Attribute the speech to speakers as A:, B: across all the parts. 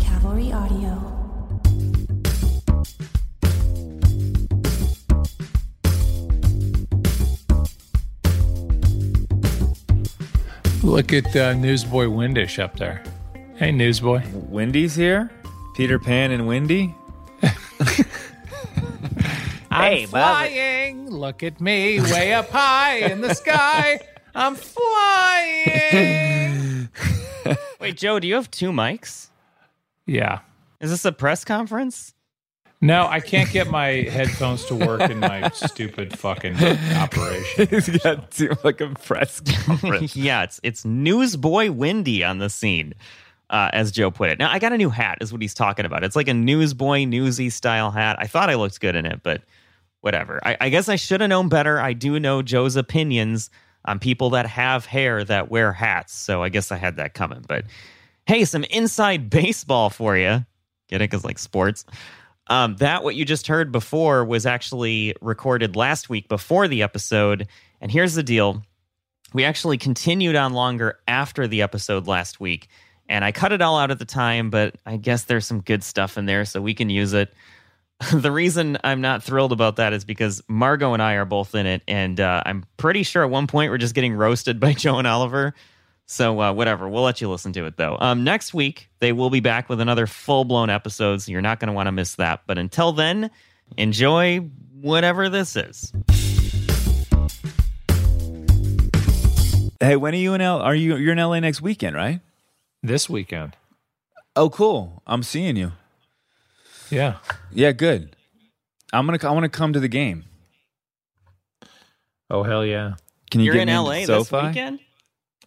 A: Cavalry Audio.
B: Look at uh, Newsboy Windish up there. Hey, Newsboy.
C: Wendy's here. Peter Pan and Wendy.
B: I'm flying. Look at me, way up high in the sky. I'm flying.
D: Wait, Joe, do you have two mics?
B: yeah.
D: Is this a press conference?
B: No, I can't get my headphones to work in my stupid fucking operation.
C: He's got two, like a press conference.
D: yeah, it's it's newsboy Wendy on the scene, uh, as Joe put it. Now I got a new hat, is what he's talking about. It's like a newsboy newsy style hat. I thought I looked good in it, but whatever. I, I guess I should have known better. I do know Joe's opinions on people that have hair that wear hats, so I guess I had that coming. But hey, some inside baseball for you. Get it? Because like sports. Um, that what you just heard before was actually recorded last week before the episode. And here's the deal: we actually continued on longer after the episode last week. And I cut it all out at the time, but I guess there's some good stuff in there, so we can use it. the reason I'm not thrilled about that is because Margot and I are both in it, and uh, I'm pretty sure at one point we're just getting roasted by Joe and Oliver. So uh, whatever, we'll let you listen to it though. Um, next week they will be back with another full blown episode, so you're not going to want to miss that. But until then, enjoy whatever this is.
C: hey, when are you in L? Are you you're in LA next weekend, right?
B: this weekend.
C: Oh, cool. I'm seeing you.
B: Yeah.
C: Yeah, good. I'm gonna I want to come to the game.
B: Oh, hell yeah.
C: Can you
D: You're
C: get
D: in
C: me
D: LA
C: into
D: this
C: SoFi?
D: weekend.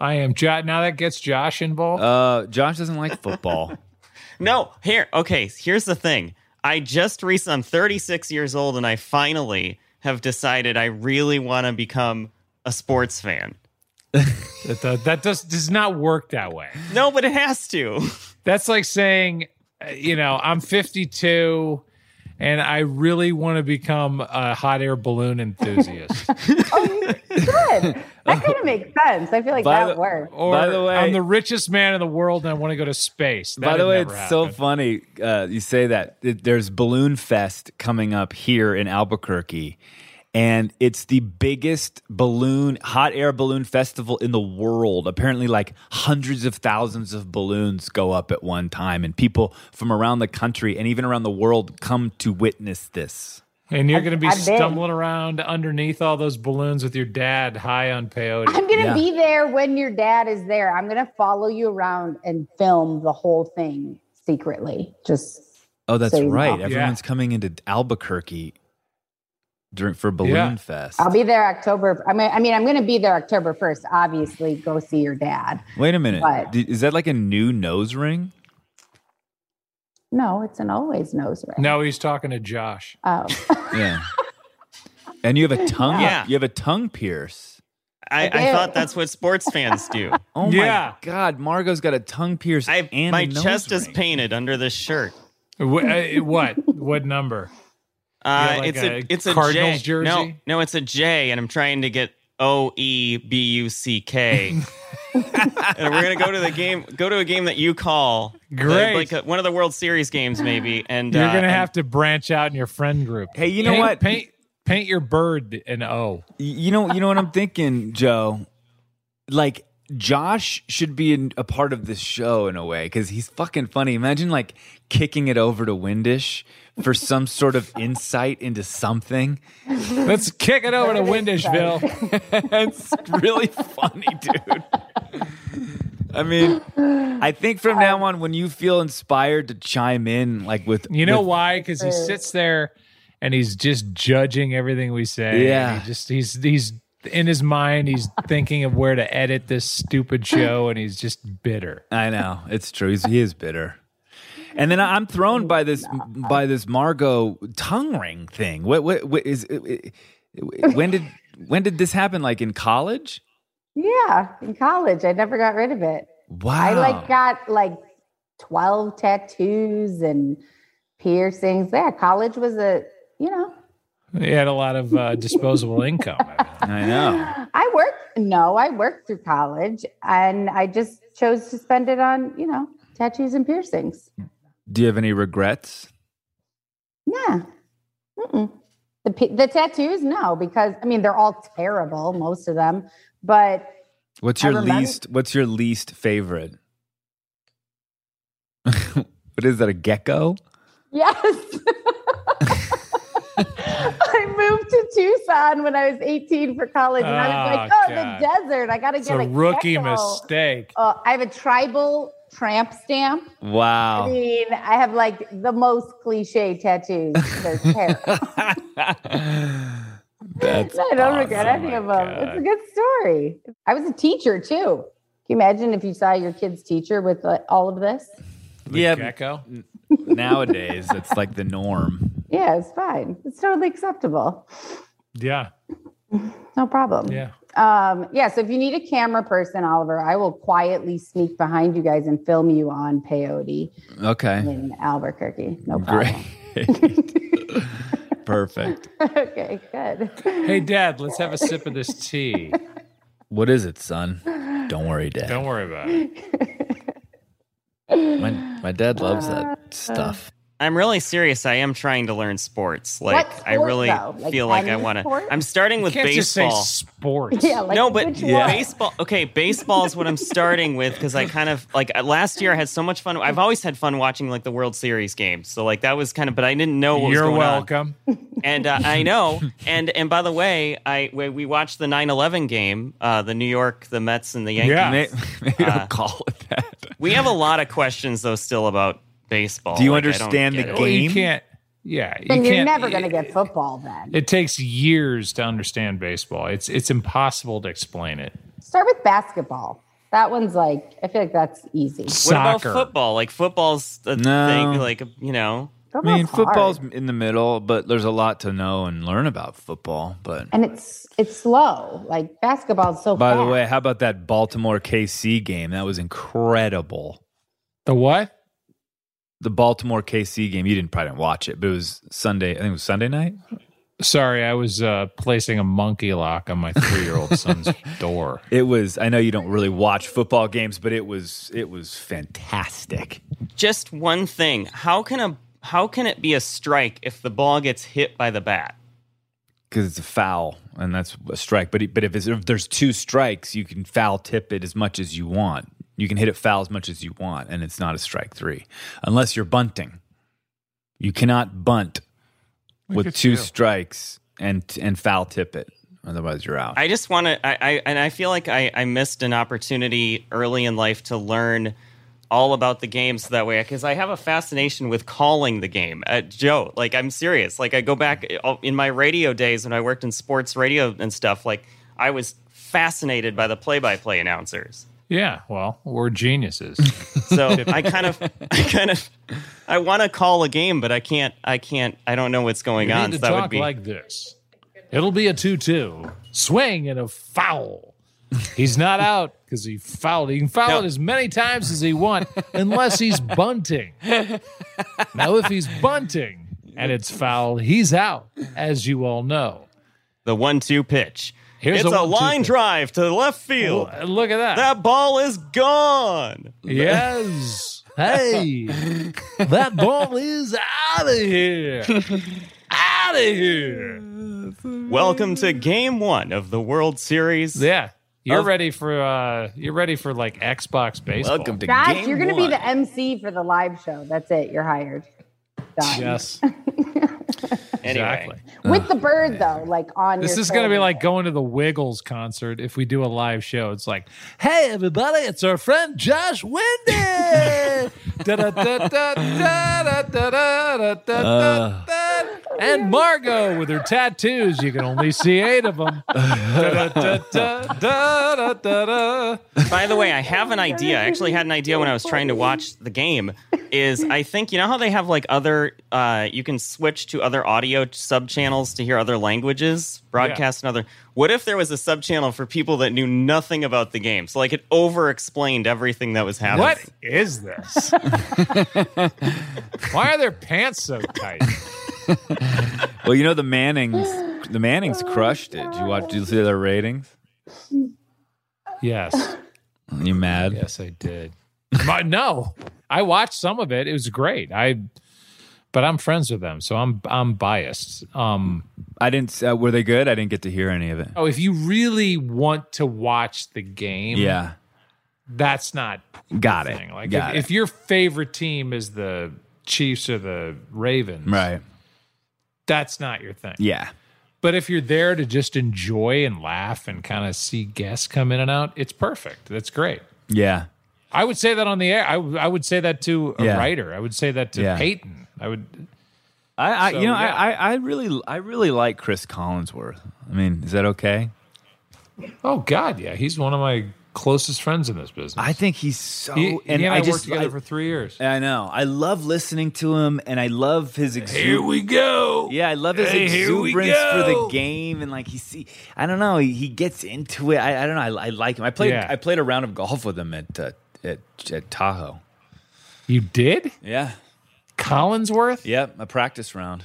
B: I am Josh. Now that gets Josh involved.
C: Uh, Josh doesn't like football.
D: No, here. Okay, here's the thing. I just recently, I'm 36 years old, and I finally have decided I really want to become a sports fan.
B: that that, that does, does not work that way.
D: No, but it has to.
B: That's like saying, uh, you know, I'm 52 and I really want to become a hot air balloon enthusiast.
E: Good. That kind of makes sense. I feel like
C: By
E: that
C: the-
E: works.
B: Or
C: By the way-
B: I'm the richest man in the world and I want to go to space.
C: By the way, it's so
B: fun.
C: funny uh, you say that. It- There's Balloon Fest coming up here in Albuquerque, and it's the biggest balloon, hot air balloon festival in the world. Apparently, like hundreds of thousands of balloons go up at one time, and people from around the country and even around the world come to witness this.
B: and you're going to be
E: I've been.
B: stumbling around underneath all those balloons with your dad high on peyote.
E: I'm gonna
C: Yeah.
E: be there when your dad is there. I'm gonna follow you around and film the whole thing secretly. Just
C: Oh, that's
E: Same.
C: right.
E: Yeah.
C: Everyone's coming into Albuquerque during, for Balloon
B: Yeah.
C: Fest.
E: I'll be there October. I mean, I mean, I'm gonna be there October first. Obviously, go see your dad.
C: Wait a minute.
E: What?
C: D- Is that like a new nose ring?
E: No, it's an always nose ring.
B: No, he's talking to Josh.
E: Oh.
C: Yeah. And you have a tongue.
D: Yeah.
C: You have a tongue pierce.
D: I,
E: I
D: I
E: do.
D: thought that's what sports fans do.
C: Oh
B: Yeah.
C: my God, Margot's got a tongue pierce
D: I,
C: and
D: my
C: a nose
D: chest is
C: ring.
D: painted under this shirt.
B: Wh- uh, What? What number?
D: Uh,
B: Yeah, like
D: it's a,
B: a
D: it's a
B: Cardinals
D: J.
B: jersey?
D: No, no, it's a J, and I'm trying to get O E B U C K. and we're gonna go to the game. Go to a game that you call uh,
B: Great.
D: like a, one of the World Series games, maybe. And
B: You're
D: uh,
B: going to
D: and-
B: have to branch out in your friend group.
C: Hey, you know
B: Paint-
C: what?
B: Paint paint your bird an O.
C: You know, you know what I'm thinking, Joe. Like Josh should be in, a part of this show in a way because he's fucking funny. Imagine like kicking it over to Windish for some sort of insight into something.
B: Let's kick it over to Windishville.
C: That's really funny, dude. I mean, I think from now on, when you feel inspired to chime in, like with
B: You know
C: with-
B: why? Because he sits there and he's just judging everything we say.
C: Yeah.
B: He just he's he's in his mind, he's thinking of where to edit this stupid show, and he's just bitter.
C: I know it's true. He's, he is bitter. And then I- I'm thrown by this by this Margot tongue ring thing. What what, what is when did when did this happen? Like in college?
E: Yeah, in college, I never got rid of it.
C: Wow.
E: I like got like 12 tattoos and piercings. Yeah, college was a, you know,
B: He had a lot of uh, disposable income.
C: I know.
E: I worked, no, I worked through college and I just chose to spend it on, you know, tattoos and piercings.
C: Do you have any regrets?
E: Yeah. Mm-mm. The, pi- the tattoos, no, because I mean, they're all terrible, most of them, but
C: What's
E: I
C: your
E: remember-
C: least what's your least favorite? what is that, a gecko?
E: Yes. I moved to Tucson when I was 18 for college, and I was like,
B: Oh,
E: "Oh,
B: God.
E: the desert! I got to
B: It's
E: get
B: a rookie
E: gecko."
B: mistake.
D: Oh,
E: Uh, I have a tribal tramp stamp. I
C: Wow.
E: mean, I have like the most cliche tattoos. There's hair.
C: That's
E: I don't regret
C: awesome.
E: any
B: Oh my
E: of them. It's a
B: God.
E: good story. I was a teacher too. Can you imagine if you saw your kid's teacher with like, all of this?
B: The
C: Yeah.
B: gecko.
C: Nowadays it's like the norm.
E: Yeah, it's fine. It's totally acceptable.
B: Yeah,
E: No problem.
B: yeah.
E: Um, yeah, so if you need a camera person, Oliver, I will quietly sneak behind you guys and film you on peyote
C: Okay.
E: in Albuquerque. No problem.
C: Great. Perfect.
E: okay, good.
B: Hey, Dad, let's have a sip of this tea.
C: What is it, son? Don't worry, Dad.
B: Don't worry about it.
C: My, my dad loves that stuff.
D: I'm really serious. I am trying to learn sports. Like
E: What
D: I
E: sport,
D: really
E: though? Like
D: feel like I
E: any
D: want to.
E: sport?
D: I'm starting with
B: Can't just say
D: baseball.
B: sports.
E: Yeah, like
D: no, but
E: which one?
D: baseball. Okay, baseball is what I'm starting with because I kind of like uh, last year I had so much fun. I've always had fun watching like the World Series games. So like that was kind of, but I didn't know what was
B: You're
D: going on
B: welcome.
D: and uh, I know. And and by the way, I we, we watched the 9-11 game, uh, the New York, the Mets, and the Yankees.
B: Yeah.
C: May- Maybe
D: Uh, oh,
C: don't call it that.
D: We have a lot of questions though still about baseball.
C: Do you
D: Like, I don't
C: understand the
D: get it.
B: Well, you
C: Game?
B: can't. Yeah, you
E: Then you're
B: can't- e-
E: never going to get football then.
B: It takes years to understand baseball. It's it's impossible to explain it.
E: Start with basketball. That one's like, I feel like that's easy.
D: What about
B: Soccer.
D: football? Like football's a
C: No.
D: thing. Like you know,
C: I mean,
E: Football's hard.
C: football's in the middle, but there's a lot to know and learn about football. But
E: and it's it's slow. Like basketball's so
C: by the
E: fast.
C: way, how about that Baltimore KC game? That was incredible.
B: The what?
C: The Baltimore KC game. You didn't probably didn't watch it, but it was Sunday. I think it was Sunday night.
B: Sorry, I was uh, placing a monkey lock on my three year old son's door.
C: It was. I know you don't really watch football games, but it was. It was fantastic.
D: just one thing. How can a how can it be a strike if the ball gets hit by the bat?
C: because it's a foul and that's a strike. But but if, it's, if there's two strikes, you can foul tip it as much as you want. You can hit it foul as much as you want, and it's not a strike three unless you're bunting. You cannot bunt with
B: at
C: two
B: you.
C: strikes and and foul tip it. Otherwise, you're out.
D: I just want to. I, I and I feel like I, I missed an opportunity early in life to learn all about the games that way because I have a fascination with calling the game. Uh, Joe, like I'm serious. Like I go back uh, in my radio days when I worked in sports radio and stuff. Like I was fascinated by the play-by-play announcers.
B: Yeah, well, we're geniuses.
D: So I kind of, I kind of, I want to call a game, but I can't. I can't. I don't know what's going
B: You
D: on.
B: need to
D: so that would
B: talk
D: be.
B: like this. It'll be a two-two swing and a foul. He's not out because he fouled. He can foul
D: No.
B: it as many times as he wants, unless he's bunting. now, if he's bunting and it's foul, he's out, as you all know.
D: the one-two pitch.
B: Here's a
D: it's a,
B: one-two
D: line
B: pitch.
D: drive to the left field.
B: Well, Uh, Look at that.
D: That ball is gone.
B: Yes. Hey, that ball is out of here. Out of here.
D: Welcome to game one of the World Series.
B: Yeah. You're
D: Of-
B: ready for uh you're ready for like Xbox baseball.
C: Welcome to
E: Josh,
C: game
E: you're going to be
C: one.
E: the MC for the live show. That's it. You're hired. Done.
B: Yes.
D: Anyway,
B: Exactly.
C: Oh,
E: With the bird though, like on
B: This
E: your
B: is going to be
E: shoulder.
B: like going to the Wiggles concert if we do a live show. It's like, hey, everybody, it's our friend Josh Winder. And Margot with her tattoos. You can only see eight of them.
D: By the way, I have an idea. I actually had an idea when I was trying to watch the game. Is I think you know how they have like other uh, you can switch to other audio sub channels to hear other languages broadcast another. What if there was a sub channel for people that knew nothing about the game? So like it over explained everything that was happening.
B: What is this? Why are their pants so tight?
C: Well, you know the Mannings. The Mannings crushed it. Did you watch? Did you see their ratings?
B: Yes.
C: You mad?
B: Yes, I did. My, no, I watched some of it. It was great. I, but I'm friends with them, so I'm I'm biased. Um,
C: I didn't. Uh, were they good? I didn't get to hear any of it.
B: oh, if you really want to watch the game,
C: Yeah,
B: that's not
C: got
B: the
C: it.
B: thing. Like
C: got
B: if, if your favorite team is the Chiefs or the Ravens,
C: it. right.
B: That's not your thing.
C: Yeah,
B: But if you're there to just enjoy and laugh and kind of see guests come in and out, it's perfect. That's great.
C: yeah.
B: I would say that on the air. I, w- I would say that to a
C: Yeah.
B: writer. I would say that to
C: Yeah.
B: Peyton. I would.
C: I, I
B: So,
C: you know,
B: yeah.
C: I, I, I really, I really like Chris Collinsworth. I mean, is that okay?
B: Oh God, yeah, he's one of my closest friends in this business.
C: I think he's so.
B: he, he and I, worked
C: just,
B: together
C: I,
B: for three years.
C: I know. I love listening to him, and I love his exuberance.
B: we go.
C: Yeah, I love his
B: Hey, here we
C: exuberance for the
B: go.
C: game, and like he see, I don't know, he, he gets into it. I, I don't know, I, I like him. I played,
B: Yeah.
C: I played a round of golf with him at uh, at, at Tahoe.
B: You did,
C: Yeah,
B: Collinsworth.
C: yep, a practice round.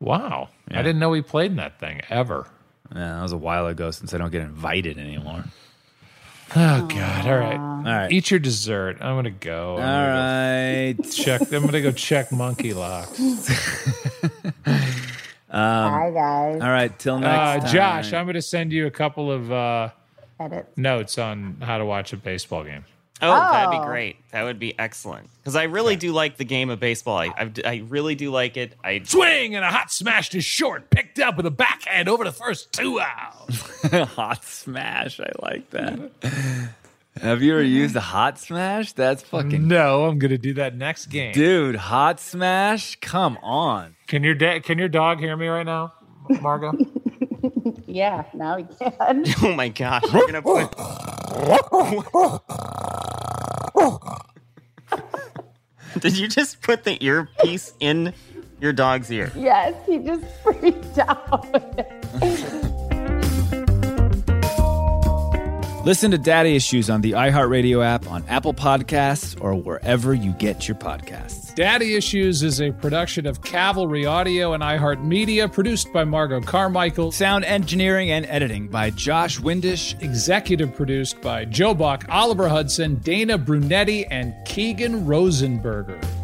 B: Wow, I didn't know he played in that thing ever.
C: Yeah, that was a while ago since I don't get invited anymore.
B: Oh God! All right,
C: All right,
B: eat your dessert. I'm gonna go. I'm
C: all
B: gonna go
C: right.
B: Check. I'm gonna go check monkey locks. um,
E: Hi guys.
C: All right, till
B: Uh,
C: next time.
B: Josh, I'm gonna send you a couple of uh,
E: Edits.
B: notes on how to watch a baseball game.
D: Oh, that'd
E: Oh.
D: be great. That would be excellent. Because I really do like the game of baseball. I, I've- I really do like it. I
B: Swing and a hot smash to short, picked up with a backhand over the first two outs.
C: hot smash, I like that. Have you ever used a hot smash? That's fucking
B: No, I'm gonna do that next game.
C: dude. Hot smash, come on.
B: Can your da- can your dog hear me right now, Margo?
E: Yeah, now we can.
D: oh my gosh, we're gonna put Did you just put the earpiece in your dog's ear?
E: yes, he just freaked out.
C: Listen to Daddy Issues on the iHeartRadio app, on Apple Podcasts, or wherever you get your podcasts.
B: Daddy Issues is a production of Cavalry Audio and iHeartMedia, produced by Margo Carmichael,
C: Sound engineering and editing by Josh Windish.
B: executive produced by Joe Buck, Oliver Hudson, Dana Brunetti, and Keegan Rosenberger.